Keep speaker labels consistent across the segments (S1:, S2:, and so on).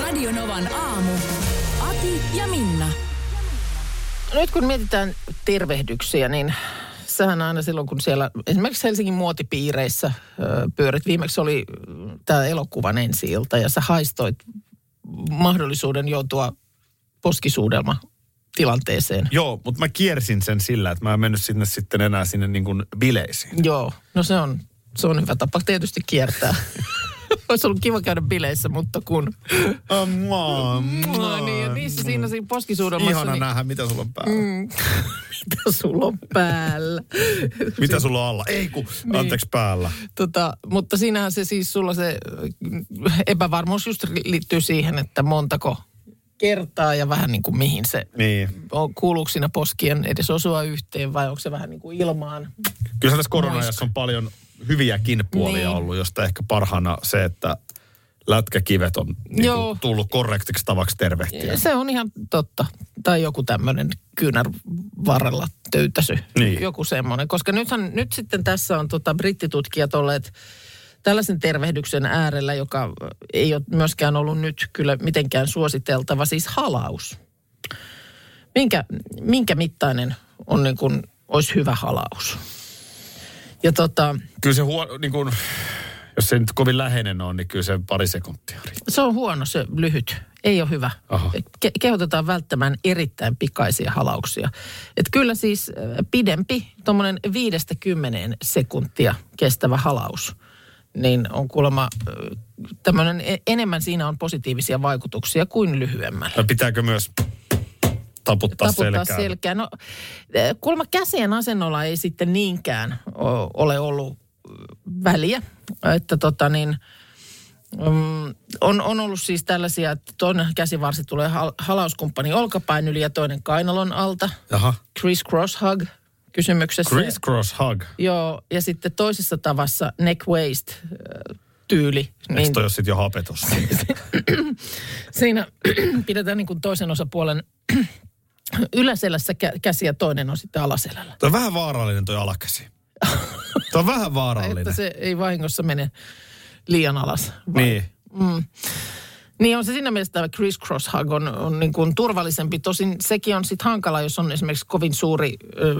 S1: Radionovan aamu. Ati ja Minna.
S2: Nyt kun mietitään tervehdyksiä, niin sähän aina silloin, kun siellä esimerkiksi Helsingin muotipiireissä ö, pyörit, viimeksi oli tämä elokuvan ensi ilta ja sä haistoit mahdollisuuden joutua poskisuudelma tilanteeseen.
S3: Joo, mutta mä kiersin sen sillä, että mä en mennyt sinne sitten enää sinne niin kuin bileisiin.
S2: Joo, no se on, se on hyvä tapa tietysti kiertää. Olisi ollut kiva käydä bileissä, mutta kun...
S3: Oh, mua, mua,
S2: No niin, ja niissä siinä siinä poskisuudelmassa,
S3: Ihana
S2: niin
S3: nähdä, mitä sulla on päällä. Mm.
S2: mitä sulla on päällä?
S3: Mitä sulla on alla? Ei kun, niin. anteeksi päällä.
S2: Tota, mutta siinähän se siis sulla se äh, epävarmuus just li- liittyy siihen, että montako kertaa ja vähän niin kuin mihin se,
S3: Niin.
S2: on, kuuluuko siinä poskien edes osua yhteen vai onko se vähän niin kuin ilmaan?
S3: Kyllä tässä korona-ajassa on paljon hyviäkin puolia
S2: Niin.
S3: niin. ollut, josta ehkä parhaana se, että lätkäkivet on niin
S2: Joo.
S3: kuin, tullut korrektiksi tavaksi tervehtiä.
S2: Se on ihan totta. Tai joku tämmöinen kyynär varrella töytäsy.
S3: Niin.
S2: Joku semmoinen. Koska nythän, nyt sitten tässä on tota, brittitutkijat olleet tällaisen tervehdyksen äärellä, joka ei ole myöskään ollut nyt kyllä mitenkään suositeltava, siis halaus. Minkä, minkä mittainen on niin kuin, olisi hyvä halaus? Ja tota,
S3: Kyllä se huo, niin kuin, jos se nyt kovin läheinen on, niin kyllä se pari sekuntia riittää.
S2: Se on huono se lyhyt. Ei ole hyvä.
S3: Aha.
S2: Ke- kehotetaan välttämään erittäin pikaisia halauksia. Et kyllä siis äh, pidempi, tuommoinen viidestä kymmeneen sekuntia kestävä halaus, niin on kuulemma äh, tämmöinen, e- enemmän siinä on positiivisia vaikutuksia kuin lyhyemmällä.
S3: No pitääkö myös taputtaa,
S2: Taputtaa
S3: selkää?
S2: selkää. No, äh, kuulemma käsien asennolla ei sitten niinkään o- ole ollut äh, väliä. Että tota niin, Mm, on, on ollut siis tällaisia, että toinen käsivarsi tulee hal, halauskumppani olkapäin yli ja toinen kainalon alta.
S3: Jaha.
S2: Criss-cross hug kysymyksessä.
S3: Criss cross hug.
S2: Joo, ja sitten toisessa tavassa neck waist äh, tyyli.
S3: Eikö
S2: Niin
S3: toi ole sit jo hapetus?
S2: siinä pidetään niin kuin toisen osapuolen yläselässä kä- käsi ja toinen on sitten alaselällä.
S3: toi on vähän vaarallinen toi alakäsi. Toi on vähän vaarallinen.
S2: Että se ei vahingossa mene liian alas. vaan
S3: Niin.
S2: Niin on se siinä mielessä tämä criss-cross hug on, on niin kuin turvallisempi. Tosin sekin on sitten hankala, jos on esimerkiksi kovin suuri ö,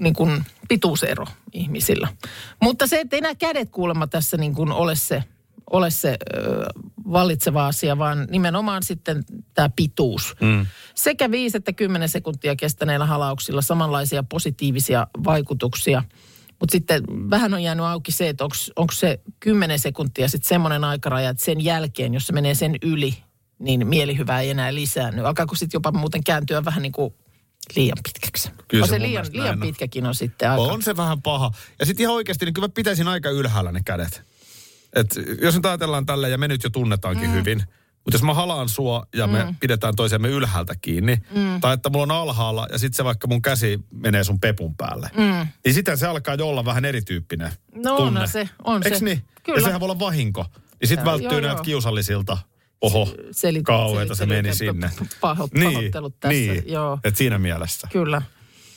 S2: niin kuin pituusero ihmisillä. Mutta se, että enää kädet kuulemma tässä niin kuin ole se, ole se ö, vallitseva asia, vaan nimenomaan sitten tämä pituus. Mm. Sekä 5 että 10 sekuntia kestäneillä halauksilla samanlaisia positiivisia vaikutuksia. Mutta sitten vähän on jäänyt auki se, että onko se 10 sekuntia sitten semmoinen aikaraja, että sen jälkeen, jos se menee sen yli, niin mielihyvä ei enää lisäänny. Alkaako sitten jopa muuten kääntyä vähän niin kuin liian pitkäksi?
S3: No Kyllä
S2: on
S3: se
S2: se
S3: mun
S2: liian,
S3: mielestä
S2: liian
S3: näin on.
S2: pitkäkin on sitten aika.
S3: On se vähän paha. Ja sitten ihan oikeasti, niin kyllä mä pitäisin aika ylhäällä ne kädet. Et jos nyt ajatellaan tällä ja me nyt jo tunnetaankin mm. hyvin, mutta jos mä halaan sua ja me
S2: Mm.
S3: pidetään toisemme ylhäältä kiinni, mm. tai että mulla on alhaalla ja sitten se vaikka mun käsi menee sun pepun päälle, mm. niin sitten se alkaa jo olla vähän erityyppinen
S2: No
S3: tunne.
S2: onhan se, on
S3: Eks
S2: se.
S3: niin?
S2: Kyllä.
S3: Ja sehän voi olla vahinko. Niin sitten
S2: Joo,
S3: välttyy
S2: joo,
S3: näiltä
S2: joo.
S3: kiusallisilta. Oho,
S2: Selit-
S3: kauheita se
S2: selittelyt
S3: meni
S2: ja
S3: sinne.
S2: paho- pahoittelut tässä,
S3: niin.
S2: joo.
S3: Et siinä mielessä.
S2: Kyllä.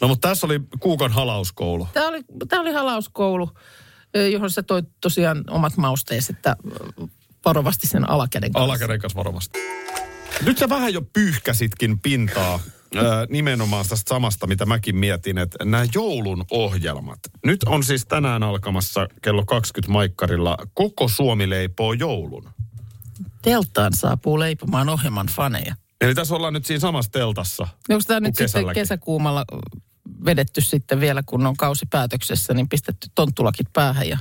S3: No mutta tässä oli kuukon halauskoulu.
S2: Tämä oli, tämä oli halauskoulu, ö, johon sä toit tosiaan omat mausteesi, että ö, varovasti sen alakäden kanssa.
S3: Alakäden kanssa varmasti. Nyt sä vähän jo pyyhkäsitkin pintaa ää, nimenomaan tästä samasta, mitä mäkin mietin, että nämä joulun ohjelmat. Nyt on siis tänään alkamassa kello 20 maikkarilla Koko Suomi leipoo joulun.
S2: Teltaan saapuu leipomaan ohjelman faneja.
S3: Eli tässä ollaan nyt siinä samassa teltassa.
S2: Onko tämä Niin nyt sitten
S3: Kuin kesälläkin.
S2: kesäkuumalla ö, vedetty sitten vielä, kun on kausi päätöksessä, niin pistetty tonttulakit päähän ja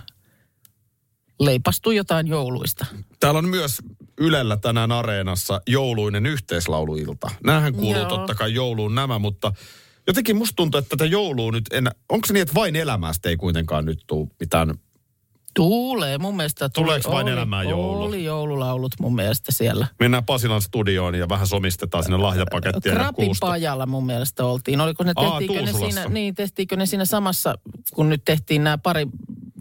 S2: leipastu jotain jouluista.
S3: Täällä on myös Ylellä tänään areenassa jouluinen yhteislauluilta. Nämähän kuuluu
S2: Joo.
S3: Joo. totta kai jouluun nämä, mutta jotenkin musta tuntuu, että tätä joulua nyt en... Onko se niin, että vain elämästä ei kuitenkaan nyt tule mitään
S2: Tulee mun mielestä. Tuli,
S3: Tuleeko vain
S2: oli-
S3: elämään joulu?
S2: Oli joululaulut mun mielestä siellä.
S3: Mennään Pasilan studioon ja vähän somistetaan sinne lahjapakettia. ja
S2: Krapin
S3: kuusta.
S2: pajalla mun mielestä oltiin. Oliko ne,
S3: Aa,
S2: tehtiinkö ne,
S3: Tuusulassa.
S2: siinä, niin, tehtiinkö ne siinä samassa, kun nyt tehtiin nämä pari,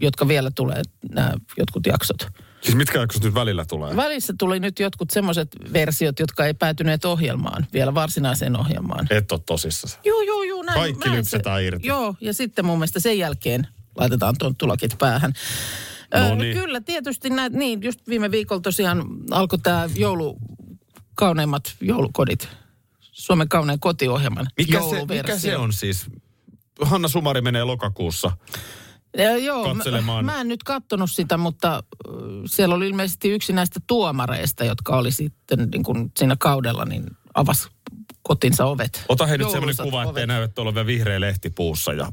S2: jotka vielä tulee, nämä jotkut jaksot.
S3: Siis mitkä jaksot nyt välillä tulee?
S2: Välissä tuli nyt jotkut semmoiset versiot, jotka ei päätyneet ohjelmaan, vielä varsinaiseen ohjelmaan.
S3: Et ole tosissaan.
S2: Joo, joo, joo. Näin,
S3: Kaikki
S2: näin
S3: lypsetään irti.
S2: Joo, ja sitten mun mielestä sen jälkeen laitetaan tonttulakit päähän. Ö,
S3: No niin.
S2: Kyllä, tietysti näin, niin, just viime viikolla tosiaan alkoi tämä joulu, kauneimmat joulukodit. Suomen kaunein kotiohjelman
S3: Mikä se,
S2: jouluversio.
S3: mikä se on siis? Hanna Sumari menee lokakuussa.
S2: Ö, joo,
S3: katselemaan?
S2: Mä, mä en nyt kattonut sitä, mutta ö, siellä oli ilmeisesti yksi näistä tuomareista, jotka oli sitten niin kuin siinä kaudella, niin avasi kotinsa ovet.
S3: Ota hei nyt
S2: Jouluisat
S3: semmoinen kuva, ettei
S2: ovet.
S3: näy, että ole vielä vihreä lehti puussa. Ja...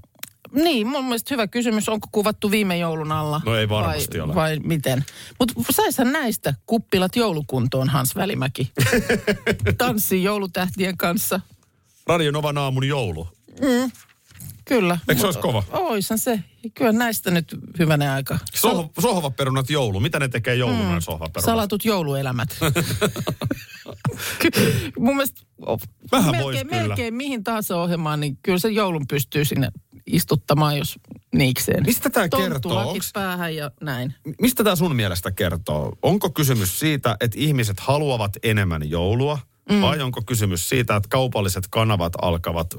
S2: Niin, mun mielestä hyvä kysymys. Onko kuvattu viime joulun alla?
S3: No ei varmasti
S2: vai,
S3: ole.
S2: Vai miten? Mutta saishan näistä kuppilat joulukuntoon, Hans Välimäki. Tanssi joulutähtien kanssa.
S3: Radio Novan aamun joulu.
S2: Kyllä.
S3: Eikö se olisi kova?
S2: Oishan se. Kyllä näistä nyt hyvänä aika.
S3: Soh- sohvaperunat joulu. Mitä ne tekee
S2: Hmm.
S3: jouluna mm. sohvaperunat?
S2: Salatut jouluelämät. Ky- mun mielestä o-
S3: Vähän vois
S2: melkein,
S3: kyllä.
S2: melkein mihin tahansa ohjelmaan, niin kyllä se joulun pystyy sinne istuttamaan, jos niikseen.
S3: Mistä tää kertoo?
S2: Tonttulakit
S3: Onks-
S2: päähän ja näin.
S3: Mistä tämä sun mielestä kertoo? Onko kysymys siitä, että ihmiset haluavat enemmän joulua? Mm. Vai onko kysymys siitä, että kaupalliset kanavat alkavat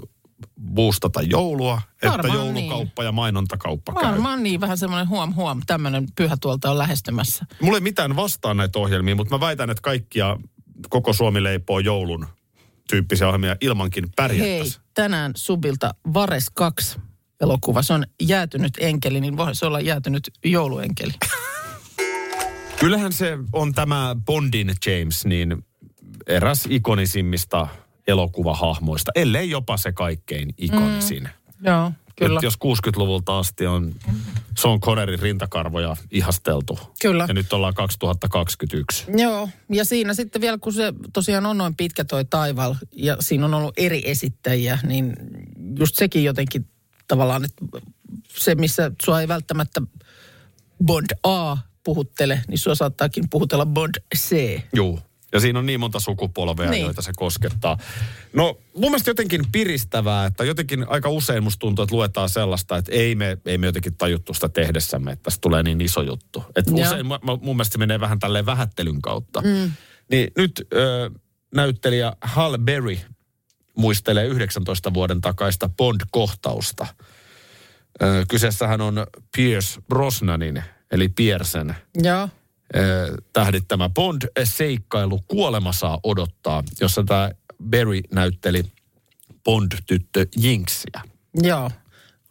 S3: boostata joulua? että
S2: Varmaan
S3: joulukauppa ja mainontakauppa käy.
S2: Varmaan niin, vähän semmoinen huom huom, tämmöinen pyhä tuolta on lähestymässä.
S3: Mulla ei mitään vastaan näitä ohjelmia, mutta mä väitän, että kaikkia koko Suomi leipoo joulun tyyppisiä ohjelmia ilmankin
S2: Hei,
S3: pärjättäisiin.
S2: tänään Subilta Vares 2 elokuva. Se on jäätynyt enkeli, niin voisi olla jäätynyt jouluenkeli.
S3: Kyllähän se on tämä Bondin James, niin eräs ikonisimmista elokuvahahmoista, ellei jopa se kaikkein ikonisin. Mm,
S2: Joo, kyllä.
S3: Nyt jos 60-luvulta asti on Sean Connerin rintakarvoja ihasteltu.
S2: Kyllä.
S3: Ja nyt ollaan 2021.
S2: Joo, ja siinä sitten vielä, kun se tosiaan on noin pitkä toi taival, ja siinä on ollut eri esittäjiä, niin just sekin jotenkin tavallaan, että se, missä sua ei välttämättä Bond A puhuttele, niin sua saattaakin puhutella Bond C.
S3: Juu. Ja siinä on niin monta sukupolvea, niin.
S2: Niin.
S3: joita se koskettaa. No mun mielestä jotenkin piristävää, että jotenkin aika usein musta tuntuu, että luetaan sellaista, että ei me, ei me jotenkin tajuttu sitä tehdessämme, että tästä tulee niin iso juttu. Että
S2: Joo.
S3: usein mu- mu- mun mielestä se menee vähän tälleen vähättelyn kautta. Mm. Niin nyt ö, näyttelijä Hal Berry muistelee 19 vuoden takaista Bond-kohtausta. Ö, kyseessähän on Pierce Brosnanin, eli Piersen
S2: Joo.
S3: eh, tähdittämä Bond-seikkailu Kuolema saa odottaa, jossa tämä Barry näytteli Bond-tyttö Jinxiä.
S2: Joo.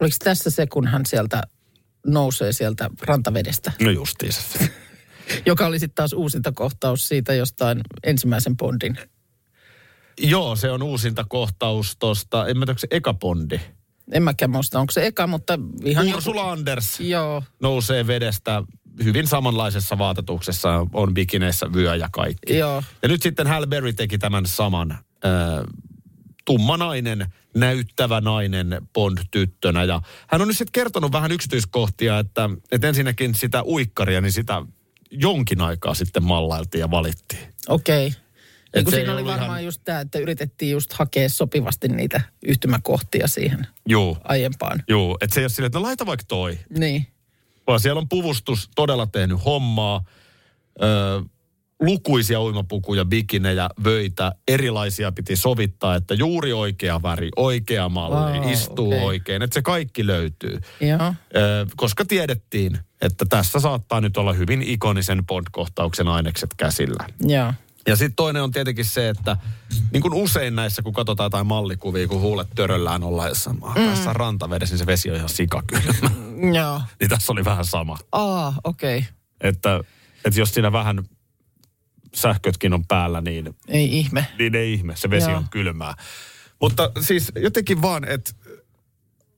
S2: Oliko tässä se, kun hän sieltä nousee sieltä rantavedestä,
S3: No justiinsa.
S2: joka oli sitten taas uusinta kohtaus siitä jostain ensimmäisen Bondin.
S3: Joo, se on uusinta kohtaus tuosta, en mä tiedä, onko se eka Bondi.
S2: En mäkään muista, onko se eka, mutta ihan
S3: Ursula Anders
S2: Joo,
S3: nousee vedestä hyvin samanlaisessa vaatetuksessa, on bikineissä vyö ja kaikki.
S2: Joo.
S3: Ja nyt sitten Hal Berry teki tämän saman. Äh, tumma nainen, näyttävä nainen Bond-tyttönä. Ja hän on nyt sitten kertonut vähän yksityiskohtia, että, että ensinnäkin sitä uikkaria, niin sitä jonkin aikaa sitten mallailtiin ja valittiin.
S2: okei.
S3: Et
S2: Okay. Kun
S3: se ei
S2: siinä oli
S3: ollut
S2: varmaan
S3: ihan-
S2: ihan... just tämä, että yritettiin just hakea sopivasti niitä yhtymäkohtia siihen
S3: Joo.
S2: aiempaan.
S3: Joo, että se ei ole silleen, että no laita vaikka toi.
S2: Niin,
S3: Vaan siellä on puvustus todella tehnyt hommaa. Ö, lukuisia uimapukuja, bikinejä, vöitä, erilaisia piti sovittaa, että juuri oikea väri, oikea malli,
S2: Vau,
S3: istuu
S2: okei.
S3: oikein, että se kaikki löytyy.
S2: joo.
S3: Ö, koska tiedettiin, että tässä saattaa nyt olla hyvin ikonisen Bond-kohtauksen ainekset käsillä.
S2: Joo.
S3: Ja sitten toinen on tietenkin se, että niin kuin usein näissä, kun katsotaan jotain mallikuvia, kun huulet töröllään ollaan jossain mm. tässä rantavedessä, niin se vesi on ihan sikakylmä.
S2: Joo.
S3: niin tässä oli vähän sama.
S2: Aa, okei. Okay.
S3: Että, että jos siinä vähän sähkötkin on päällä, niin,
S2: Ei ihme.
S3: niin ei ihme, se vesi Joo.
S2: Joo.
S3: on kylmää. Mutta siis jotenkin vaan, että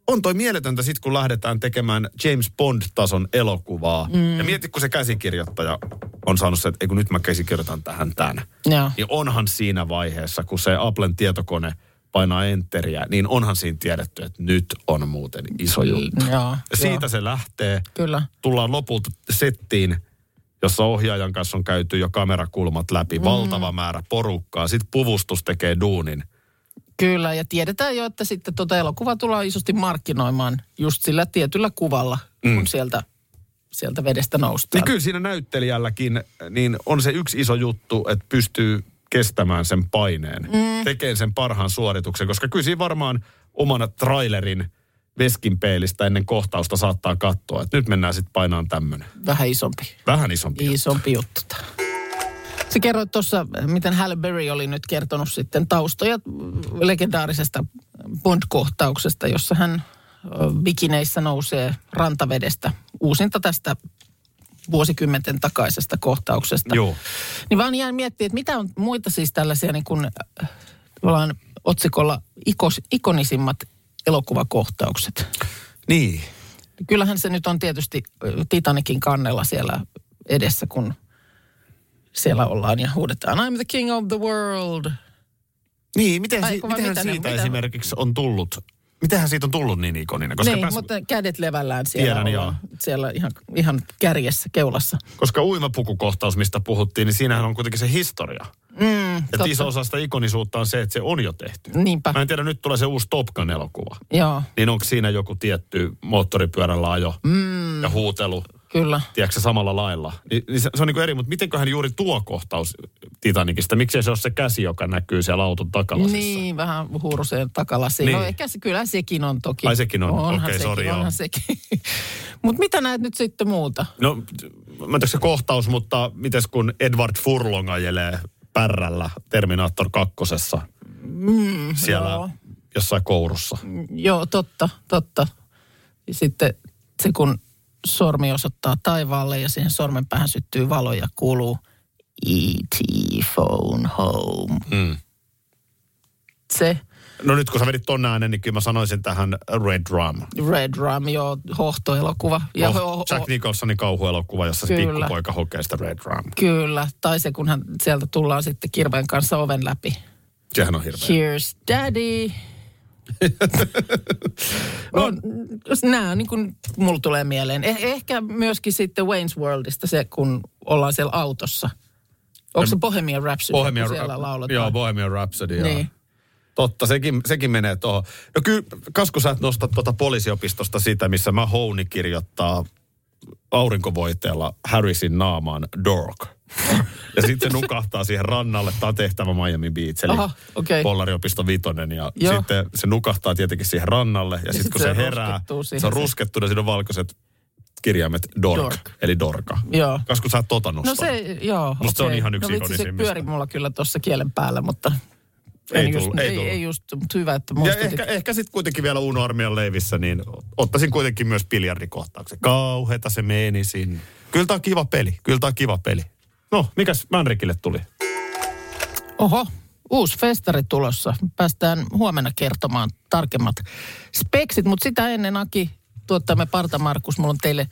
S3: on toi mieletöntä sit, kun lähdetään tekemään James Bond-tason elokuvaa. Mm. Ja mieti, kun se käsikirjoittaja on saanut se, että ei kun nyt mä käsikirjoitan tähän tämän.
S2: Joo.
S3: Niin onhan siinä vaiheessa, kun se Applen tietokone painaa enteriä, niin onhan siinä tiedetty, että nyt on muuten iso juttu.
S2: Mm. Joo,
S3: Ja siitä se lähtee.
S2: Kyllä.
S3: Tullaan lopulta settiin, jossa ohjaajan kanssa on käyty jo kamerakulmat läpi, mm. valtava määrä porukkaa. Sitten puvustus tekee duunin.
S2: Kyllä, ja tiedetään jo, että sitten tuota elokuvaa tullaan isosti markkinoimaan just sillä tietyllä kuvalla, mm. kun sieltä, sieltä vedestä noustaan.
S3: Niin kyllä siinä näyttelijälläkin niin on se yksi iso juttu, että pystyy kestämään sen paineen, mm. tekee sen parhaan suorituksen, koska kyllä siinä varmaan omana trailerin veskin peilistä ennen kohtausta saattaa katsoa, että nyt mennään sitten painaan tämmöinen.
S2: Vähän isompi,
S3: Vähän isompi. juttu.
S2: isompi juttu tää. Sä kerroit tuossa, miten Halle Berry oli nyt kertonut sitten taustoja legendaarisesta Bond-kohtauksesta, jossa hän ö, bikineissä nousee rantavedestä. Uusinta tästä vuosikymmenten takaisesta kohtauksesta.
S3: Joo.
S2: Niin vaan jään miettimään, että mitä on muita siis tällaisia niin kuin, äh, tavallaan otsikolla ikos, ikonisimmat elokuvakohtaukset.
S3: Niin.
S2: Kyllähän se nyt on tietysti äh, Titanikin kannella siellä edessä, kun siellä ollaan ja huudetaan I'm the king of the world.
S3: Niin, miten,
S2: Ai,
S3: si-
S2: kuva,
S3: mitähän
S2: mitä ne-
S3: siitä
S2: mitä-
S3: esimerkiksi on tullut? Mitähän siitä on tullut niin ikoninen? Koska,
S2: niin,
S3: pääs,
S2: mutta kädet levällään siellä
S3: Tiedän,
S2: ollaan, Siellä ihan, ihan kärjessä, keulassa.
S3: koska uimapukukohtaus, mistä puhuttiin, niin siinähän on kuitenkin se historia.
S2: Mm,
S3: Että iso osa sitä ikonisuutta on se, että se on jo tehty.
S2: Niinpä,
S3: Mä en tiedä, nyt tulee se uusi Top Gun-elokuva.
S2: joo,
S3: niin onko siinä joku tietty moottoripyörällä ajo mm. ja huutelu,
S2: kyllä.
S3: tiedätkö samalla lailla. Ni, niin se, se on niin eri, mutta mitenköhän juuri tuo kohtaus Titanicista, miksei se ole se käsi, joka näkyy siellä auton takalasissa?
S2: Niin, vähän huuruseen takalasiin.
S3: Niin.
S2: Niin. No ehkä se, kyllä sekin on toki.
S3: Ai sekin on.
S2: Onhan
S3: Okei,
S2: sekin,
S3: sori, joo.
S2: onhan sekin. Mutta mitä näet nyt sitten muuta?
S3: No, mä en tiedä se kohtaus, mutta mites kun Edward Furlong ajelee pärrällä Terminator kakkosessa mm, siellä
S2: joo.
S3: jossain kourussa.
S2: Joo, totta, totta. Ja sitten se, kun sormi osoittaa taivaalle ja siihen sormen päähän syttyy valo ja kuuluu E.T. phone home.
S3: Mm.
S2: Se
S3: No nyt kun sä vedit ton äänen, niin kyllä mä sanoisin tähän Red Rum.
S2: Red Rum, joo, hohtoelokuva. Ja
S3: Oh,
S2: ho- ho-
S3: Jack Nicholsonin kauhuelokuva, jossa se
S2: Kyllä.
S3: pikkupoika hokee sitä Red Rum.
S2: Kyllä, tai se kun hän sieltä tullaan sitten kirveen kanssa oven läpi.
S3: Sehän on hirveä.
S2: Here's daddy. no, nämä on niin kuin mulla tulee mieleen. Eh, ehkä myöskin sitten Wayne's Worldista se, kun ollaan siellä autossa. Onko se Bohemian Rhapsody,
S3: Bohemian,
S2: kun siellä lauletaan?
S3: Joo, Bohemian Rhapsody, joo.
S2: Niin.
S3: Totta, sekin, sekin menee tuohon. No kyllä, kas kun sä et nosta tuota poliisiopistosta sitä, missä mä Houni kirjoittaa aurinkovoiteella Harrisin naamaan Dork. ja sitten se nukahtaa siihen rannalle. Tämä on tehtävä Miami Beach, eli
S2: Aha, okei.
S3: Pollariopisto Vitonen. Ja
S2: Joo.
S3: sitten se nukahtaa tietenkin siihen rannalle. Ja, sitten
S2: sit
S3: kun
S2: se
S3: se, herää,
S2: ruskettuu siihen
S3: se on
S2: se-
S3: ruskettuna, siinä on valkoiset kirjaimet Dork,
S2: Dork.
S3: eli Dorka.
S2: Joo.
S3: Kas kun sä et tota
S2: No
S3: nostanut.
S2: se, joo.
S3: Musta se on
S2: okei.
S3: ihan yksi
S2: No vitsi, se
S3: ikonisimmista.
S2: pyöri mulla kyllä tuossa kielen päällä, mutta...
S3: Ei
S2: en
S3: tullut,
S2: just,
S3: ei
S2: ei,
S3: tullut.
S2: ei just, mutta hyvä, että
S3: Ja
S2: muistutit.
S3: ehkä, ehkä sitten kuitenkin vielä Uno Armian leivissä, niin ottaisin kuitenkin myös biljardikohtauksen. Kauheta se meni sinne. Kyllä tämä on kiva peli, kyllä tämä on kiva peli. No, mikäs Manrikille tuli?
S2: Oho, uusi festari tulossa. Päästään huomenna kertomaan tarkemmat speksit, mutta sitä ennen Aki, tuottamme Parta Markus, mulla on teille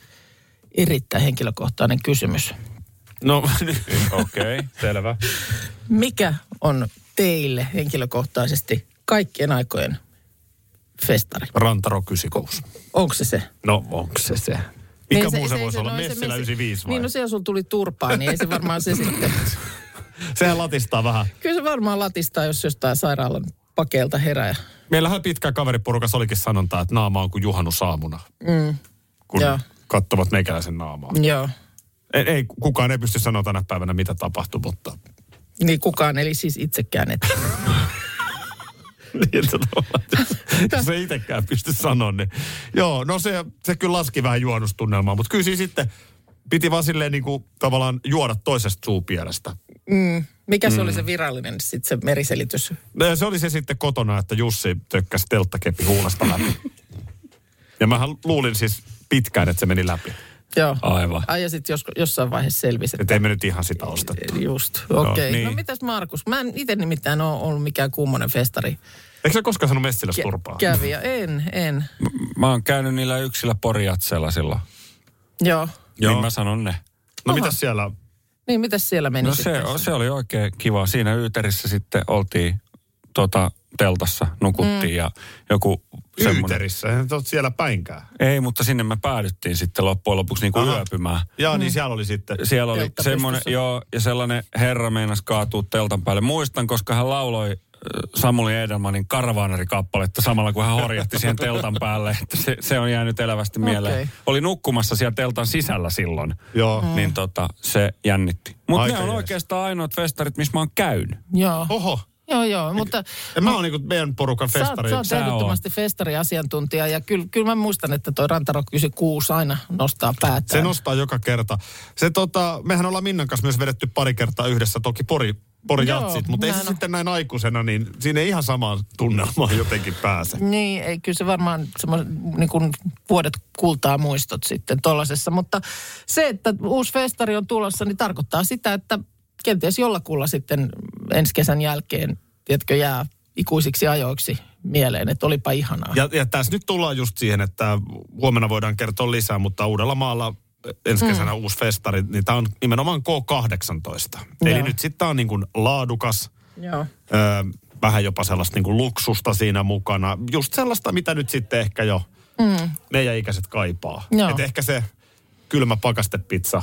S2: erittäin henkilökohtainen kysymys.
S3: No,
S4: Okei, okay, selvä.
S2: Mikä on teille henkilökohtaisesti kaikkien aikojen festari?
S3: rantarokysikuus.
S2: Onko se se?
S3: No, onko se se? Mikä
S2: Ei
S3: muu se,
S2: ei
S3: voisi olla?
S2: no ei se-
S3: Messilä
S2: messi-
S3: 95 vai?
S2: Niin, no siellä sulla tuli turpaa, niin ei se varmaan se sitten.
S3: Sehän latistaa vähän.
S2: Kyllä se varmaan latistaa, jos jostain sairaalan pakeelta herää.
S3: Meillähän pitkä kaveriporukas olikin sanonta, että naama on kuin juhannusaamuna. Mm. Kun
S2: joo.
S3: kattovat meikäläisen naamaa.
S2: Joo.
S3: Ei, ei, kukaan ei pysty sanoa tänä päivänä, mitä tapahtui, mutta...
S2: Niin kukaan, eli siis itsekään et.
S3: niin, että tavallaan, jos- jos ei itsekään pysty sanoa, niin joo, no se, se kyllä laski vähän juonustunnelmaa, mutta kyllä siinä sitten piti vaan silleen niin kuin, tavallaan juoda toisesta suupielestä.
S2: Mikä se oli se virallinen sit se meriselitys?
S3: No ja se oli se sitten kotona, että Jussi tökkäsi telttakeppi huulesta läpi. ja mähän luulin siis pitkään, että se meni läpi.
S2: Joo.
S3: Aivan.
S2: Ai ja sitten jos, jossain vaiheessa selvisi. että-
S3: Että ei me nyt ihan sitä ostettu.
S2: Just, okei. Okay. No,
S3: niin.
S2: niin. no mitäs Markus? Mä en itse nimittäin ole ollut mikään kummonen festari.
S3: Eikö sä koskaan sanonut Messilässä turpaa?
S2: kävi ja en, en.
S4: Mä oon käynyt niillä yksillä poriatseilla silloin.
S2: Joo.
S4: Joo.
S3: Joo.
S4: Niin mä sanon ne.
S3: No mitä siellä?
S2: Niin, mitäs siellä meni
S4: No
S2: sitten?
S4: se, se oli oikein kiva. Siinä Yyterissä sitten oltiin tota, teltassa nukuttiin mm. ja joku semmoinen.
S3: Yyterissä, et oot siellä päinkään.
S4: Ei, mutta sinne me päädyttiin sitten loppujen lopuksi niin kuin
S3: Aha.
S4: yöpymään.
S3: Jaa, niin siellä oli sitten.
S4: Mm. Siellä oli
S2: Teltta
S4: semmoinen,
S2: pystyssä.
S4: joo, ja sellainen herra meinas kaatuu teltan päälle. Muistan, koska hän lauloi äh, Samuli Edelmanin Karavaaneri-kappaletta samalla, kun hän horjahti siihen teltan päälle. Että se, se on jäänyt elävästi mieleen.
S2: Okei.
S4: Okay. Oli nukkumassa siellä teltan sisällä silloin.
S3: Joo.
S4: Mm. Niin tota, se jännitti. Mutta
S3: Aika
S4: ne on
S3: jees.
S4: oikeastaan ainoat festarit, missä mä oon käynyt.
S2: Joo.
S3: Oho.
S2: Joo, joo, mutta
S3: En mä oon niinku meidän porukan
S2: sä oot,
S3: festari.
S2: sä oot
S4: Sä oot.
S2: ehdottomasti festariasiantuntija ja kyllä, kyllä mä muistan, että toi Rantarok 96 aina nostaa päätään.
S3: Se nostaa joka kerta. Se tota, mehän ollaan Minnan kanssa myös vedetty pari kertaa yhdessä, toki pori, pori
S2: Joo,
S3: jatsit, mutta ei se
S2: näin on.
S3: sitten näin aikuisena, niin siinä ei ihan samaan tunnelmaan jotenkin pääse.
S2: Niin, ei, kyllä se varmaan semmos, niin kuin vuodet kultaa muistot sitten tuollaisessa. Mutta se, että uusi festari on tulossa, niin tarkoittaa sitä, että kenties jollakulla sitten ensi kesän jälkeen, tiedätkö, jää ikuisiksi ajoiksi mieleen, että olipa ihanaa.
S3: Ja, ja tässä nyt tullaan just siihen, että huomenna voidaan kertoa lisää, mutta Uudellamaalla ensi kesänä mm. uusi festari, niin tämä on nimenomaan K18. Eli
S2: Joo.
S3: nyt sitten tämä on niin kuin laadukas,
S2: Joo.
S3: ö, vähän jopa sellaista niin kuin luksusta siinä mukana. Just sellaista, mitä nyt sitten ehkä jo mm. meidän ikäiset kaipaa.
S2: Joo.
S3: Et ehkä se kylmä pakastepizza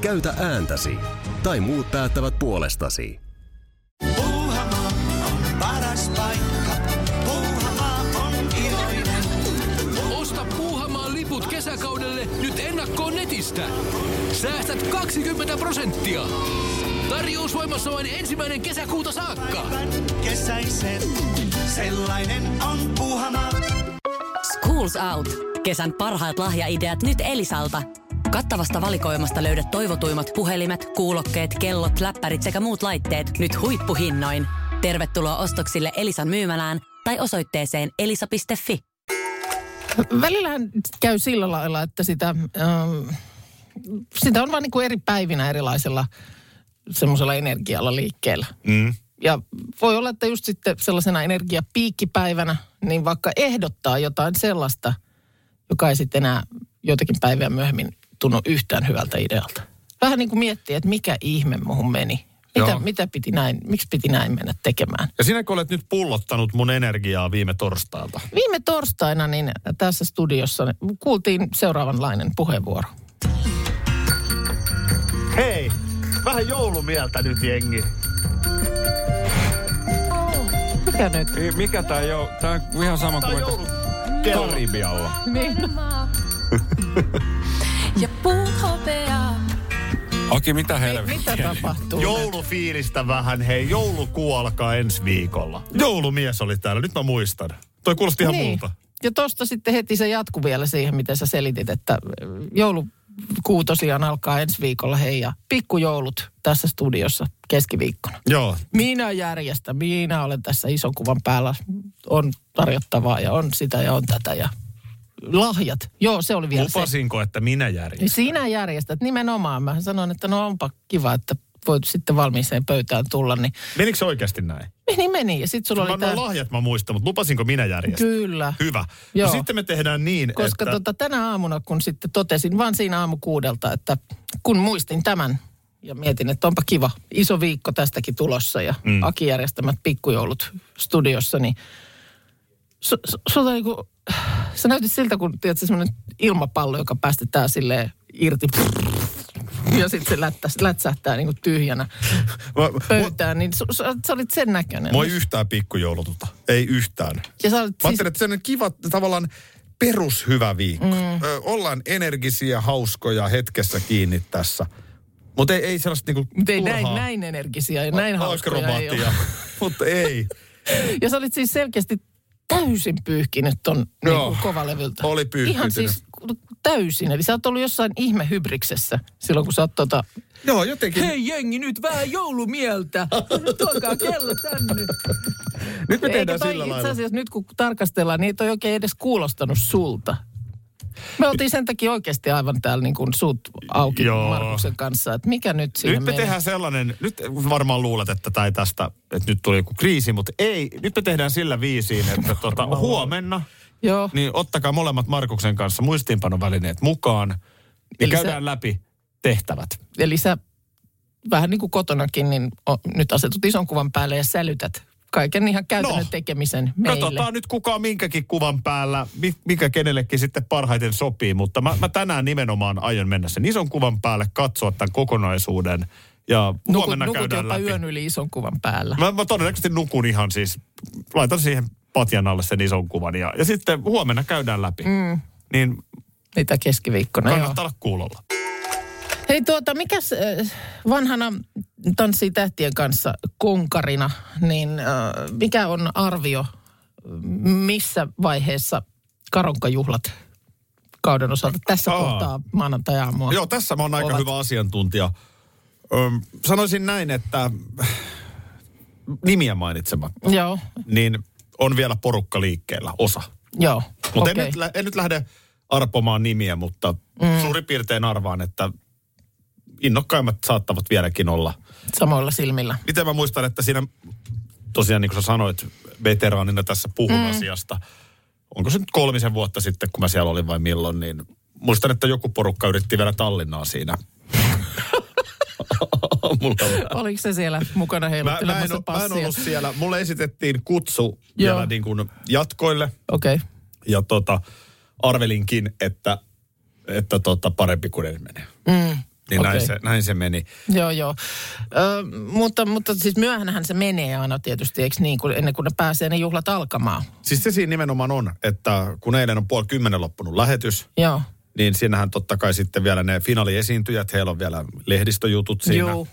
S5: Käytä ääntäsi. Tai muut päättävät puolestasi.
S6: Puuhamaa on paras paikka. Puuhamaa on iloinen.
S7: Osta Puuhamaan liput kesäkaudelle nyt ennakkoon netistä. Säästät 20 prosenttia. Tarjous voimassa vain ensimmäinen kesäkuuta saakka.
S6: Päivän kesäisen. Sellainen on Puuhamaa.
S1: Schools Out. Kesän parhaat lahjaideat nyt Elisalta. Kattavasta valikoimasta löydät toivotuimmat puhelimet, kuulokkeet, kellot, läppärit sekä muut laitteet nyt huippuhinnoin. Tervetuloa ostoksille Elisan myymälään tai osoitteeseen elisa.fi.
S2: Välillähän käy sillä lailla, että sitä, ähm, sitä on vaan niin kuin eri päivinä erilaisella semmoisella energialla liikkeellä.
S3: Mm.
S2: Ja voi olla, että just sitten sellaisena energiapiikkipäivänä, niin vaikka ehdottaa jotain sellaista, joka ei sitten enää joitakin päiviä myöhemmin tunnu yhtään hyvältä idealta. Vähän niin kuin miettii, että mikä ihme muhun meni. Mitä,
S8: Joo.
S2: mitä piti näin, miksi piti näin mennä tekemään?
S3: Ja sinä kun olet nyt pullottanut mun energiaa viime torstailta.
S2: Viime torstaina niin tässä studiossa kuultiin seuraavanlainen puheenvuoro.
S3: Hei, vähän joulumieltä nyt jengi.
S2: Mikä nyt?
S4: Ei, Mikä tää jo? Tää on ihan sama
S3: Tää
S4: kuin
S3: on
S4: vaikka
S3: joulu. Kello.
S4: Karibialla.
S2: Niin.
S9: Ja puut hopeaa.
S4: Aki, mitä helvettiä?
S2: Mitä tapahtuu?
S3: Joulufiilistä vähän, hei, joulukuu alkaa ensi viikolla. Joulumies oli täällä, nyt mä muistan. Toi kuulosti ihan niin. multa.
S2: Ja tosta sitten heti se jatku vielä siihen, mitä sä selitit, että joulukuu tosiaan alkaa ensi viikolla, hei ja pikkujoulut tässä studiossa keskiviikkona.
S3: Joo,
S2: Minä järjestän, minä olen tässä ison kuvan päällä, on tarjottavaa ja on sitä ja on tätä ja lahjat. Joo, se oli vielä se.
S3: lupasinko, että minä järjestän.
S2: Niin sinä järjestät nimenomaan. Mä sanoin, että no onpa kiva, että voit sitten valmiiseen pöytään tulla, niin
S3: Menikö se oikeasti näin?
S2: meni, meni. Ja sitten sulla
S3: Mä
S2: oli
S3: annoin
S2: tämä...
S3: lahjat, mä muistan, mutta lupasinko minä järjestän?
S2: Kyllä.
S3: Hyvä.
S2: Joo.
S3: No sitten me tehdään niin,
S2: Koska
S3: että...
S2: tota, tänä aamuna, kun sitten totesin vaan siinä aamukuudelta, että kun muistin tämän ja mietin, että onpa kiva, iso viikko tästäkin tulossa ja mm. Aki järjestämät pikkujoulut studiossa, niin su, su, sulta niinku, sä näytit siltä, kun tiedät, semmoinen ilmapallo, joka päästetään silleen irti ja sitten se lättä, lätsähtää niinku tyhjänä tota-
S3: Mä, mua,
S2: pöytään, niin su, sä, sä olit sen näköinen.
S3: mua ei yhtään pikkujoulututa. Ei yhtään.
S2: Ja sä olit
S3: Mä
S2: siis,
S3: ajattelin, että se on kiva tavallaan perushyvä viikko. Mm. Ö, ollaan energisiä, hauskoja, hetkessä kiinni tässä. Mutta ei, ei sellaista niinku
S2: Mut ei
S3: turhaa
S2: näin, näin energisia ja näin hauskoja ei ole.
S3: akrobaattia. Mutta ei.
S2: Ja sä olit siis selkeästi täysin pyyhkinyt ton niin
S3: Joo,
S2: kovalevyltä.
S3: oli
S2: Ihan
S3: pyyhkiytynyt.
S2: siis täysin. Eli sä oot ollut jossain ihmehybriksessä silloin, kun sä oot tota...
S8: Joo, jotenkin.
S2: Hei jengi, nyt vähän joulumieltä. Tuokaa kello tänne.
S8: Nyt me
S2: Eikä
S8: tehdään
S2: toi
S8: sillä
S2: itse
S8: lailla.
S2: asiassa nyt kun tarkastellaan, niin ei toi oikein edes kuulostanut sulta. Me oltiin sen takia oikeasti aivan täällä niin kuin suut auki
S3: Joo.
S2: Markuksen kanssa, että mikä nyt siinä
S3: Nyt me
S2: meni.
S3: tehdään sellainen, nyt varmaan luulet, että tai tästä, että nyt tuli joku kriisi, mutta ei. Nyt me tehdään sillä viisiin, että tota, huomenna,
S2: Joo.
S3: niin ottakaa molemmat Markuksen kanssa muistiinpanovälineet mukaan. Ja
S2: Eli se-
S3: käydään läpi tehtävät.
S2: Eli sä vähän niin kuin kotonakin, niin o, nyt asetut ison kuvan päälle ja sälytät kaiken ihan käytännön
S3: No.
S2: tekemisen meille.
S3: Katsotaan nyt kuka on minkäkin kuvan päällä, mi- mikä kenellekin sitten parhaiten sopii, mutta mä, mä tänään nimenomaan aion mennä sen ison kuvan päälle, katsoa tämän kokonaisuuden ja
S2: Nukut,
S3: huomenna
S2: nukut
S3: käydään
S2: jopa
S3: läpi.
S2: yön yli ison kuvan päällä.
S3: Mä, mä todennäköisesti nukun ihan siis, laitan siihen patjan alle sen ison kuvan ja, ja sitten huomenna käydään läpi. Mm. Niin
S2: Mitä keskiviikkona, No joo.
S3: kannattaa olla kuulolla.
S2: Hei tuota, mikäs äh, vanhana tanssii tähtien kanssa konkarina, niin äh, mikä on arvio, missä vaiheessa karonkajuhlat kauden osalta tässä
S3: Aa.
S2: kohtaa maanantai-aamua?
S3: Joo, tässä mä oon aika
S2: Ovat.
S3: hyvä asiantuntija. Öm, sanoisin näin, että nimiä mainitsematta,
S2: Joo,
S3: niin on vielä porukka liikkeellä, osa.
S2: joo.
S3: Mutta okay.
S2: okei.
S3: en, nyt lä- en nyt lähde arpomaan nimiä, mutta mm. suurin piirtein arvaan, että innokkaimmat saattavat vieläkin olla.
S2: Samoilla silmillä.
S3: Miten mä muistan, että siinä tosiaan niin kuin sä sanoit veteraanina tässä puhun mm. asiasta. Onko se nyt kolmisen vuotta sitten, kun mä siellä olin vai milloin, niin muistan, että joku porukka yritti vielä Tallinnaa siinä. Mulla
S2: Oliko se siellä mukana
S3: Mä, mä, en,
S2: heiluttelemassa
S3: oo- mä en
S2: passia?
S3: ollut siellä. Mulle esitettiin kutsu
S2: Joo.
S3: vielä niin kuin jatkoille.
S2: Okei. Okay.
S3: Ja tota, arvelinkin, että, että tota, parempi kuin en mene.
S2: Mm.
S3: Niin okay. näin,
S2: okei.
S3: se, näin se meni.
S2: Joo, joo. Ö, mutta, mutta siis myöhänhän se menee aina tietysti, eikö niin, kun, ennen kuin ne pääsee ne juhlat alkamaan.
S3: Siis se siinä nimenomaan on, että kun eilen on puoli kymmenen loppunut lähetys,
S2: Joo.
S3: niin siinähän totta kai sitten vielä ne finaaliesiintyjät, heillä on vielä lehdistöjutut siinä
S2: Joo.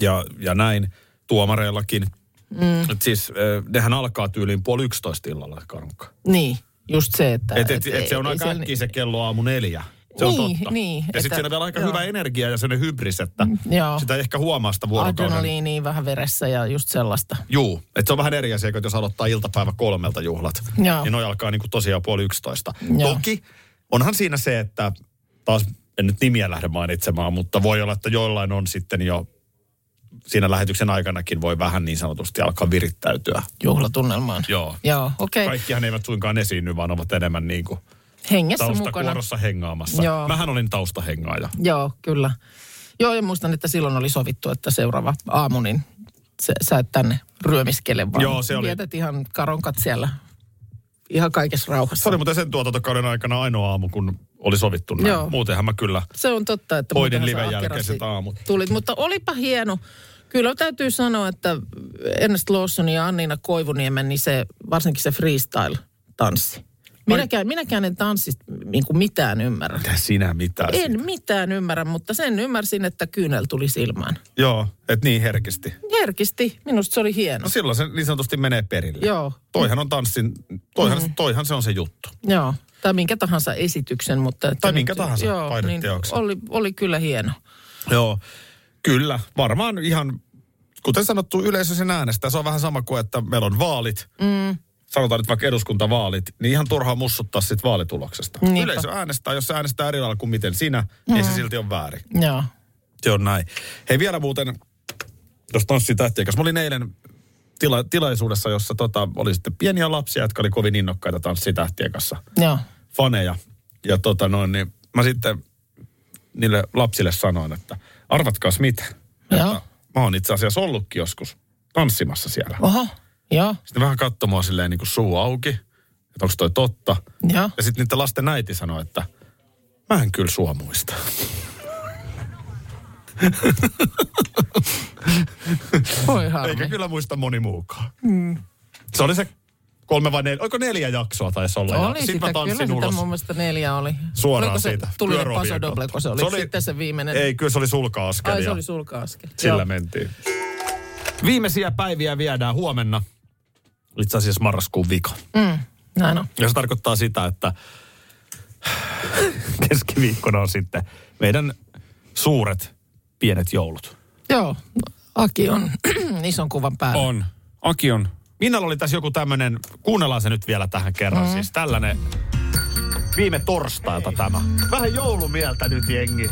S3: ja, ja näin, tuomareillakin. Mm. Et siis eh, nehän alkaa tyyliin puoli yksitoista illalla karunka.
S2: Niin, just se, että...
S3: Et, et, et, se on
S2: ei
S3: aika
S2: siellä-
S3: äkkiä se kello aamu neljä. Se on
S2: Niin,
S3: totta.
S2: niin,
S3: ja
S2: että-
S3: sitten siinä on vielä aika
S2: joo. Mm,
S3: hyvä energia ja sellainen hybris, että
S2: Joo.
S3: sitä ei ehkä huomaa sitä vuorokauden
S2: Adrenaliiniin vähän veressä ja just sellaista.
S3: Juu, että se on vähän eri asia, kun jos aloittaa iltapäivä kolmelta juhlat.
S2: Joo.
S3: Niin noi alkaa niinku tosiaan puoli yksitoista.
S2: Joo.
S3: Toki onhan siinä se, että taas en nyt nimiä lähde mainitsemaan, mutta voi olla, että joillain on sitten jo siinä lähetyksen aikanakin voi vähän niin sanotusti alkaa virittäytyä.
S2: Juhlatunnelmaan.
S3: Joo.
S2: Joo, okei. Okay.
S3: Kaikkihan eivät suinkaan esiinny, vaan ovat enemmän niin kuin
S2: Hengessä mukana.
S3: taustakuorossa hengaamassa.
S2: Joo.
S3: Mähän olin taustahengaaja.
S2: Joo, kyllä. Joo, ja muistan, että silloin oli sovittu, että seuraava aamu, niin sä, sä et tänne ryömiskele, vaan
S3: Joo, se oli-
S2: vietät ihan karonkat siellä ihan kaikessa rauhassa.
S3: Se oli muuten sen tuotantokauden aikana ainoa aamu, kun oli sovittu näin.
S2: Joo.
S3: Muutenhan mä kyllä
S2: Se on totta, että
S3: hoidin
S2: muutenhan sä
S3: liven
S2: ahkerasti
S3: jälkeiset aamut.
S2: Tulit, mutta olipa hieno. Kyllä täytyy sanoa, että Ernest Lawson ja Anniina Koivuniemen, niin se, varsinkin se freestyle-tanssi. Minäkään, minäkään en tanssista niin kuin mitään ymmärrä.
S3: Mitä sinä mitään?
S2: En mitään ymmärrä, mutta sen ymmärsin, että kyynel tuli silmään.
S3: Joo, et niin herkisti.
S2: Herkisti, minusta se oli hieno.
S3: No silloin se niin sanotusti menee perille.
S2: Joo.
S3: Toihan on tanssin, toihan, mm. toihan se on se juttu.
S2: Joo, tai minkä tahansa esityksen, mutta... Että
S3: Tai minkä tahansa
S2: joo, niin
S3: taideteoksen.
S2: oli, oli kyllä hieno.
S3: Joo. Kyllä, varmaan ihan, kuten sanottu, yleisö sen äänestää. Se on vähän sama kuin, että meillä on vaalit. Mm. Sanotaan nyt vaikka eduskuntavaalit, niin ihan turhaa mussuttaa sit vaalituloksesta.
S2: Niinpä.
S3: Yleisö äänestää, jos se äänestää eri lailla kuin miten sinä, mm. niin se silti on väärin.
S2: Joo,
S3: Se on näin. Hei vielä muuten, jos tanssii tähtiäkäs. Mä olin eilen tila, tilaisuudessa, jossa tota, oli sitten pieniä lapsia, jotka oli kovin innokkaita tanssii tähtien kanssa.
S2: joo,
S3: Faneja. Ja tota noin, niin mä sitten niille lapsille sanoin, että arvatkaas mitä.
S2: Joo.
S3: Että Mä oon itse asiassa ollutkin joskus tanssimassa siellä.
S2: oho, joo,
S3: Sitten vähän katsoi mua silleen niin kuin suu auki, että onko toi totta.
S2: joo.
S3: Ja sitten niiden lasten äiti sanoi, että mä en kyllä sua muista.
S2: Voi
S3: Eikä
S2: harmi.
S3: kyllä muista moni muukaan. Mm. Se oli se kolme vai neljä, oliko neljä jaksoa taisi olla?
S2: Oli
S3: Sitten
S2: sitä, kyllä
S3: mä tanssin
S2: sitä
S3: ulos.
S2: mun mielestä neljä oli.
S3: Suoraan
S2: Oliko se,
S3: siitä,
S2: Tuli ne
S3: pyöräovien
S2: paso doble,
S3: kautta.
S2: kun se oli,
S3: Se
S2: se
S3: oli-
S2: oli sitten se viimeinen.
S3: Ei, kyllä se oli sulka-askelia.
S2: Ai se oli sulka-askel.
S3: Sillä
S2: Joo.
S3: mentiin. Viimeisiä päiviä viedään huomenna.
S2: Mm.
S3: Itse asiassa marraskuun vika.
S2: Näin on.
S3: Ja se tarkoittaa sitä, että keskiviikkona on sitten meidän suuret pienet joulut.
S2: Joo, Aki on ison kuvan päällä.
S4: On. Aki on.
S3: Minnalla oli tässä joku tämmöinen, kuunnellaan se nyt vielä tähän kerran, mm. siis tällainen viime torstailta tämä. Vähän joulumieltä nyt jengi.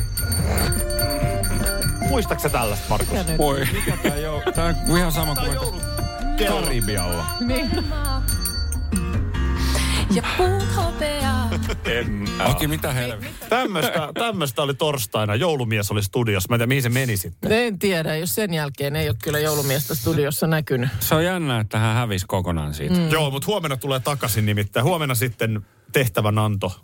S3: Muistaaksä tällaista, Markus?
S2: Mikä nyt?
S4: Voi. Tämä on ihan sama kuin vaikka Karibialla.
S2: Niin.
S9: ja puut hopeaa.
S4: Mm. Aki, mitä helvettiä?
S3: Tämmöstä, tämmöstä oli torstaina. Joulumies oli studiossa. Mä en tiedä, mihin se meni sitten.
S2: En tiedä, jos sen jälkeen ei ole kyllä joulumiestä studiossa näkynyt.
S4: Se on jännä, että hän hävisi kokonaan siitä. Mm.
S3: Joo, mutta huomenna tulee takaisin nimittäin. Huomenna sitten tehtävänanto.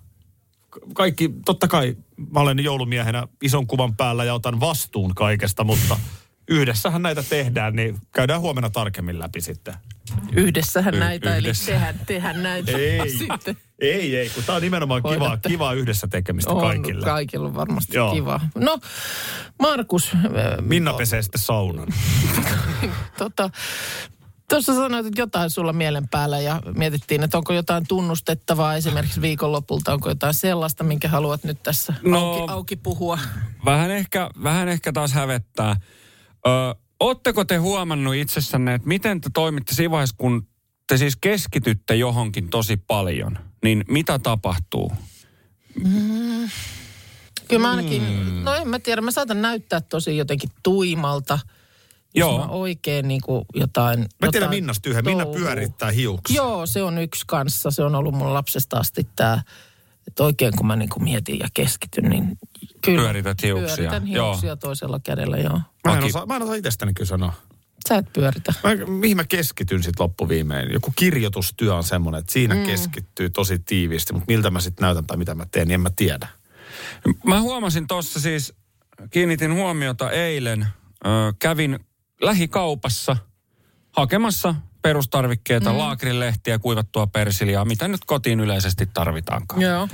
S3: Ka- Kaikki, totta kai mä olen joulumiehenä ison kuvan päällä ja otan vastuun kaikesta, mutta yhdessähän näitä tehdään, niin käydään huomenna tarkemmin läpi sitten.
S2: Yhdessähän
S4: Y-
S2: näitä,
S4: yhdessä.
S2: eli tehän, tehän näitä sitten.
S3: ei, ei, kun tää on nimenomaan kivaa,
S2: Hoidatte.
S3: kivaa yhdessä tekemistä
S2: On,
S3: kaikille.
S2: kaikilla on varmasti
S3: Joo.
S2: Joo. kiva. No, Markus, äh,
S3: Minna pesee sitten saunan.
S2: tota, tuossa sanoit, että jotain sulla mielen päällä ja mietittiin, että onko jotain tunnustettavaa esimerkiksi viikonlopulta, onko jotain sellaista, minkä haluat nyt tässä
S4: No.
S2: no. auki, auki puhua.
S4: Vähän ehkä, vähän ehkä taas hävettää. Ö, ootteko te huomannut itsessänne, että miten te toimitte siinä vaiheessa, kun te siis keskitytte johonkin tosi paljon? Niin mitä tapahtuu?
S2: Kyllä mä ainakin, mm. no en mä tiedä, mä saatan näyttää tosi jotenkin tuimalta, jos
S4: Joo.
S2: mä oikein niin kuin jotain...
S3: Mä tiedän
S2: jotain
S3: Minnasta yhden. Minna
S2: touhuu.
S3: pyörittää hiuksia.
S2: No Joo, se on yksi kanssa. Se on ollut mun lapsesta asti tämä, että oikein kun mä niin kuin mietin ja keskityn, niin kyllä.
S4: Pyörität hiuksia.
S2: Pyöritän
S4: Joo.
S2: hiuksia joo. toisella kädellä, joo.
S3: Mä en,
S4: Aki.
S3: osaa, mä en osaa itsestäni kyllä sanoa.
S2: Sä et pyöritä.
S3: Mä, mihin mä keskityn sitten loppuviimein? Joku kirjoitustyö on semmoinen, että siinä mm. keskittyy tosi tiiviisti, mutta miltä mä sitten näytän tai mitä mä teen, niin en mä tiedä.
S4: Mä huomasin tuossa siis, kiinnitin huomiota eilen, ö, kävin lähikaupassa hakemassa perustarvikkeita,
S2: Mm-hmm.
S4: mm. laakrilehtiä, kuivattua persiljaa, mitä nyt kotiin yleisesti tarvitaankaan.
S2: Joo.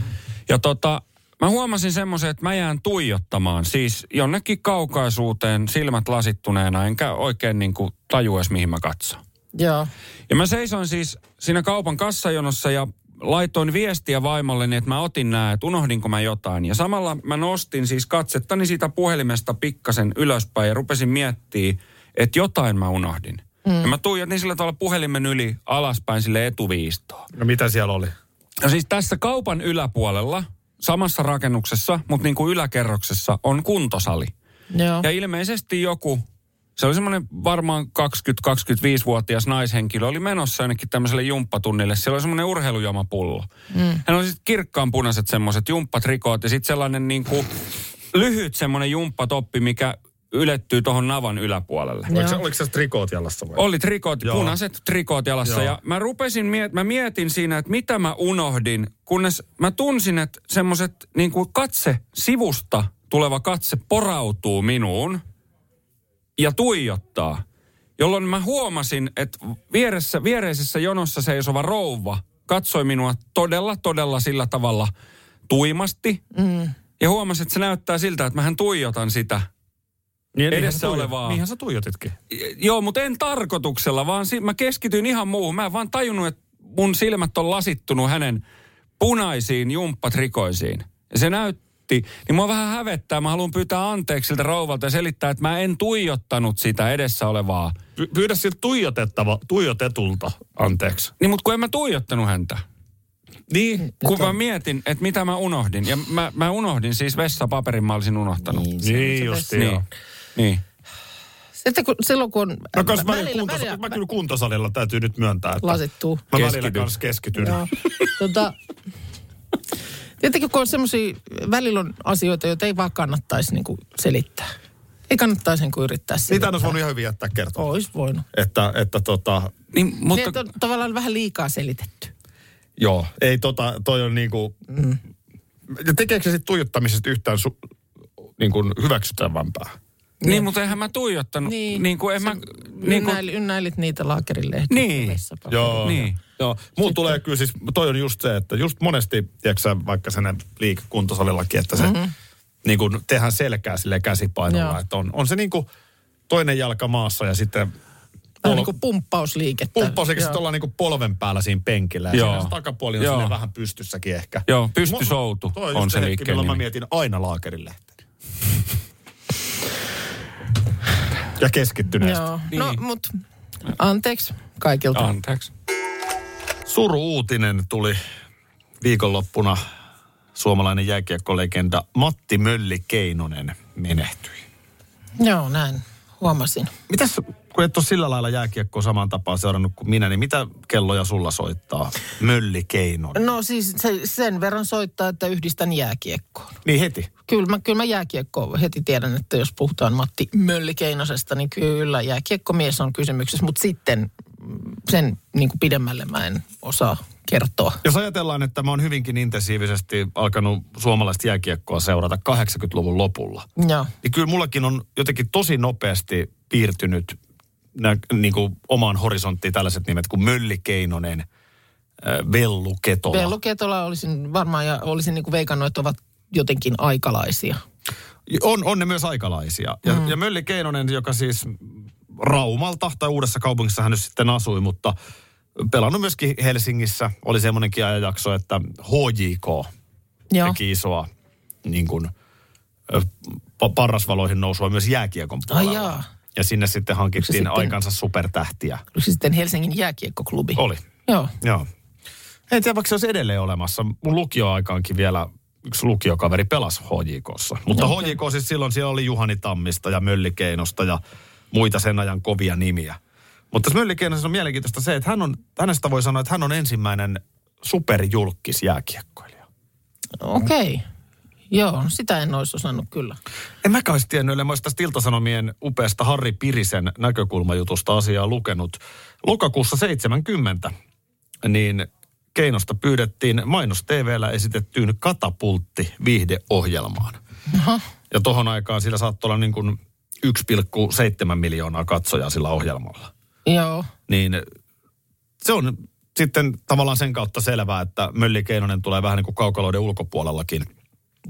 S4: Ja tota, mä huomasin semmoisen, että mä jään tuijottamaan. Siis jonnekin kaukaisuuteen silmät lasittuneena, enkä oikein niin kuin taju edes, mihin mä katson.
S2: Joo.
S4: Ja mä seisoin siis siinä kaupan kassajonossa ja laitoin viestiä vaimolleni, että mä otin nää, että unohdinko mä jotain. Ja samalla mä nostin siis katsettani siitä puhelimesta pikkasen ylöspäin ja rupesin miettimään, että jotain mä unohdin. Mm. Ja mä tuijotin sillä tavalla puhelimen yli alaspäin sille etuviistoon.
S3: No mitä siellä oli?
S4: No siis tässä kaupan yläpuolella, samassa rakennuksessa, mutta niin kuin yläkerroksessa, on kuntosali.
S2: Joo.
S4: Ja ilmeisesti joku, se oli semmoinen varmaan 20-25-vuotias naishenkilö, oli menossa ainakin tämmöiselle jumppatunnille. Siellä oli semmoinen urheilujomapullo. Mm. Hän oli sitten kirkkaan punaiset semmoiset jumppatrikoot ja sitten sellainen niin kuin lyhyt semmoinen jumppatoppi, mikä ylettyy tuohon navan yläpuolelle.
S3: Oliko, se- oliko se trikoot jalassa vai?
S4: Oli trikoot,
S3: Joo.
S4: punaiset trikoot jalassa.
S3: Joo.
S4: Ja mä rupesin, miet- mä mietin siinä, että mitä mä unohdin, kunnes mä tunsin, että semmoiset niin kuin katse sivusta tuleva katse porautuu minuun ja tuijottaa. Jolloin mä huomasin, että vieressä, viereisessä jonossa seisova rouva katsoi minua todella, todella sillä tavalla tuimasti. Mm. Ja huomasin, että se näyttää siltä, että mähän tuijotan sitä
S3: Niin, niinhän
S4: edessä
S3: sä tuijot-
S4: olevaa.
S3: Niinhän sä tuijotitkin.
S4: Joo, mutta en tarkoituksella, vaan si- mä keskityin ihan muuhun. Mä en vaan tajunnut, että mun silmät on lasittunut hänen punaisiin jumppatrikoisiin. Ja se näytti, niin mua vähän hävettää. Mä haluan pyytää anteeksi siltä rouvalta ja selittää, että mä en tuijottanut sitä edessä olevaa.
S3: Py- pyydä siltä tuijotettava, tuijotetulta anteeksi.
S4: Niin, mutta kun en mä tuijottanut häntä.
S3: Niin.
S4: Kun mä mietin, että mitä mä unohdin. Ja mä, mä unohdin siis vessapaperin, mä olisin unohtanut. Niin.
S2: se on
S3: Niin
S2: se
S3: just
S2: tässä.
S3: niin.
S4: Niin. niin.
S2: Sitten kun, silloin kun on...
S3: No kans mä,
S2: välillä-
S3: välillä, kuntos,
S2: välillä
S3: mä kyllä kuntosalilla täytyy nyt myöntää, että
S2: Lasittuu.
S3: mä välillä
S4: Keskityn.
S3: kanssa keskityn.
S2: Joo. tota, tietenkin kun on semmoisia, välillä on asioita, joita ei vaan kannattaisi niin kuin selittää. Ei kannattaisi niin kuin yrittää
S3: Niitä
S2: selittää.
S3: olisi voinut ihan hyvin jättää kertoa.
S2: Ois voinut.
S3: Että, että tota,
S4: niin
S2: Mutta...
S4: mutta,
S2: Sieltä on tavallaan vähän liikaa selitetty.
S3: Joo, ei tota, toi on niinku... Mm. Ja tekeekö se sitten tuijottamisesta yhtään su, niinku hyväksyttävämpää?
S4: niin, mutta eihän mä tuijottanut. Niin, niin kuin en mä...
S2: Niin
S4: Niin kuin,
S2: Ynnäil, ynnäilit niitä laakerilehtiä.
S4: Niin.
S2: vessapaperilla.
S4: Niin.
S3: Joo. Mulla tulee kyllä siis, toi on just se, että just monesti, tiedätkö sä, vaikka sen liikuntosalillakin, että se mm-hmm. niin kun tehdään selkää sille käsipainolla,
S2: Joo.
S3: niinku että on, on se niin kuin toinen jalka maassa ja sitten
S2: Tämä on niin kuin pumppausliikettä.
S3: Pumppausiksi sitten ollaan niinku polven päällä siinä penkillä. Ja
S4: Joo.
S3: siinä se takapuoli on
S4: Joo.
S3: sinne vähän pystyssäkin ehkä.
S4: Joo, pystysoutu
S3: Toi
S4: on
S3: just
S4: se
S3: hetki,
S4: liikkeen
S3: milloin mä
S4: nimi.
S3: mietin aina laakerille. ja keskittyneesti.
S2: Joo.
S4: Niin.
S2: No, mut anteeksi kaikilta.
S4: Anteeksi.
S3: Suru-uutinen tuli viikonloppuna. Suomalainen jääkiekkolegenda Matti Mölli Keinonen menehtyi.
S2: Joo, näin. Huomasin.
S3: Mitäs, kun et ole sillä lailla jääkiekkoa saman tapaan seurannut kuin minä, niin mitä kelloja sulla soittaa? Mölli Keinonen.
S2: No siis se, sen verran soittaa, että yhdistän jääkiekkoon.
S3: Niin heti.
S2: Kyllä mä, kyllä mä jääkiekko heti tiedän, että jos puhutaan Matti Möllikeinosesta, niin kyllä jääkiekkomies on kysymyksessä. Mutta sitten mm, sen niin kuin pidemmälle mä en osaa kertoa.
S3: Jos ajatellaan, että mä oon hyvinkin intensiivisesti alkanut suomalaista jääkiekkoa seurata 80-luvun lopulla,
S2: Joo.
S3: niin kyllä mullakin on jotenkin tosi nopeasti piirtynyt nä, niin kuin omaan horisonttiin tällaiset nimet kuin Mölli Keinonen, äh, Vellu Ketola.
S2: Vellu Ketola olisin varmaan ja olisin niin kuin veikannut, että ovat jotenkin aikalaisia.
S3: On, on ne myös aikalaisia. Ja, mm. ja Mölli Keinonen, joka siis Raumalta tai Uudessa kaupungissa hän nyt sitten asui, mutta pelannut myöskin Helsingissä. Oli semmoinenkin ajanjakso, että HJK
S2: Joo.
S3: teki isoa niin kuin, ö, pa- parrasvaloihin nousua myös jääkiekon
S2: Ai
S3: puolella.
S2: jaa.
S3: ja sinne sitten hankittiin
S2: sitten-
S3: sitten... aikansa supertähtiä.
S2: Oliko se sitten Helsingin jääkiekkoklubi?
S3: Oli.
S2: Joo.
S3: Joo. En tiedä, vaikka se olisi edelleen olemassa. Mun lukioaikaankin vielä yksi lukiokaveri pelasi HJKssa. Mutta okay. HJK siis silloin siellä oli Juhani Tammista ja Möllikeinosta ja muita sen ajan kovia nimiä. Mutta tässä Möllikeinosessa on mielenkiintoista se, että hän on, hänestä voi sanoa, että hän on ensimmäinen superjulkis jääkiekkoilija.
S2: Okei. Okay. Joo, sitä en olisi osannut kyllä.
S3: En mäkään olisi tiennyt, ellei mä olisi tästä Iltasanomien upeasta Harri Pirisen näkökulmajutusta asiaa lukenut. Lokakuussa 70, niin keinosta pyydettiin mainos TVllä esitettyyn katapultti viihdeohjelmaan. Ja tohon aikaan sillä saattoi olla niin kuin 1,7 miljoonaa katsojaa sillä ohjelmalla.
S2: Joo.
S3: Niin se on sitten tavallaan sen kautta selvää, että Mölli Keinonen tulee vähän niin kuin kaukaloiden ulkopuolellakin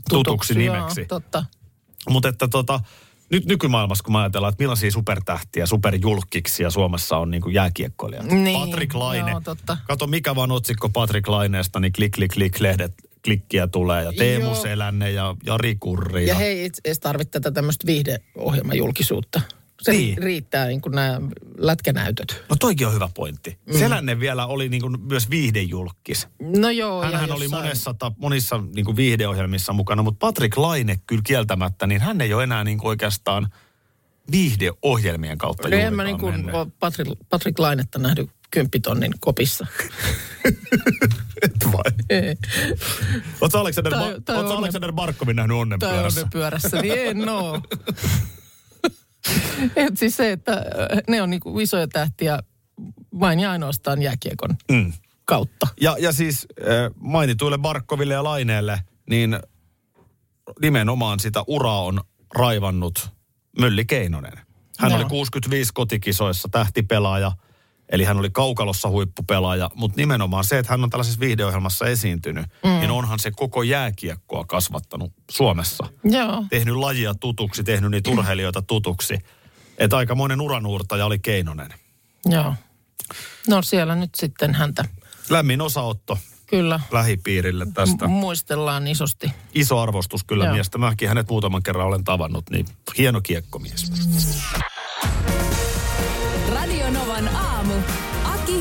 S3: tutuksi
S2: joo,
S3: nimeksi.
S2: totta.
S3: Mutta että tota, nyt nykymaailmassa, kun me ajatellaan, että millaisia supertähtiä, superjulkkiksia Suomessa on niin jääkiekkoilijat.
S2: Niin,
S3: Patrick Laine.
S2: joo, totta.
S3: Kato mikä vaan otsikko Patrick Laineesta, niin klik, klik, klik, lehdet, klikkiä tulee. Ja Teemu
S2: Joo.
S3: Selänne ja Jari Kurri.
S2: Ja hei, itse edes tarvitse tätä tämmöistä viihdeohjelmajulkisuutta. Se
S3: Niin.
S2: niin. riittää niin kuin nämä lätkänäytöt.
S3: No toikin on hyvä pointti. Mm. Selänne vielä oli niin kuin myös viihdejulkkis.
S2: No joo. ja
S3: Hänhän oli
S2: jossain-
S3: monessa, ta- monissa niin kuin viihdeohjelmissa mukana, mutta Patrick Laine kyllä kieltämättä, niin hän ei ole enää niin kuin oikeastaan viihdeohjelmien kautta
S2: No en mä
S3: juurikaan
S2: niin kuin
S3: mennyt.
S2: ole Patrick, Patrick Lainetta nähnyt kymppitonnin kopissa.
S3: Et vai?
S2: Ei.
S3: Oletko Alexander,
S2: Tai-
S3: Bar-
S2: tai
S3: ootko
S2: onne-
S3: Alexander Barkovin nähnyt
S2: tai
S3: onnenpyörässä?
S2: onnepyörässä, niin en oo. Et siis se, että äh, ne on niinku isoja tähtiä vain ja ainoastaan jääkiekon mm. kautta.
S3: Ja, ja siis äh, mainituille Barkoville ja Laineelle, niin nimenomaan sitä uraa on raivannut Mölli Keinonen. Hän
S2: Joo.
S3: oli 65 kotikisoissa tähtipelaaja, eli hän oli kaukalossa huippupelaaja, mutta nimenomaan se, että hän on tällaisessa viihdeohjelmassa esiintynyt, mm. niin onhan se koko jääkiekkoa kasvattanut Suomessa.
S2: Joo.
S3: Tehnyt lajia tutuksi, tehnyt niitä urheilijoita tutuksi. Että aikamoinen uranuurtaja oli Keinonen.
S2: Joo. No siellä nyt sitten häntä
S3: Lämmin osaotto
S2: kyllä
S3: lähipiirille tästä.
S2: m- muistellaan isosti.
S3: Iso arvostus kyllä Joo.
S2: Joo.
S3: miestä. Mäkin hänet muutaman kerran olen tavannut, niin hieno kiekkomies.
S1: Radio Novan aamu. Aki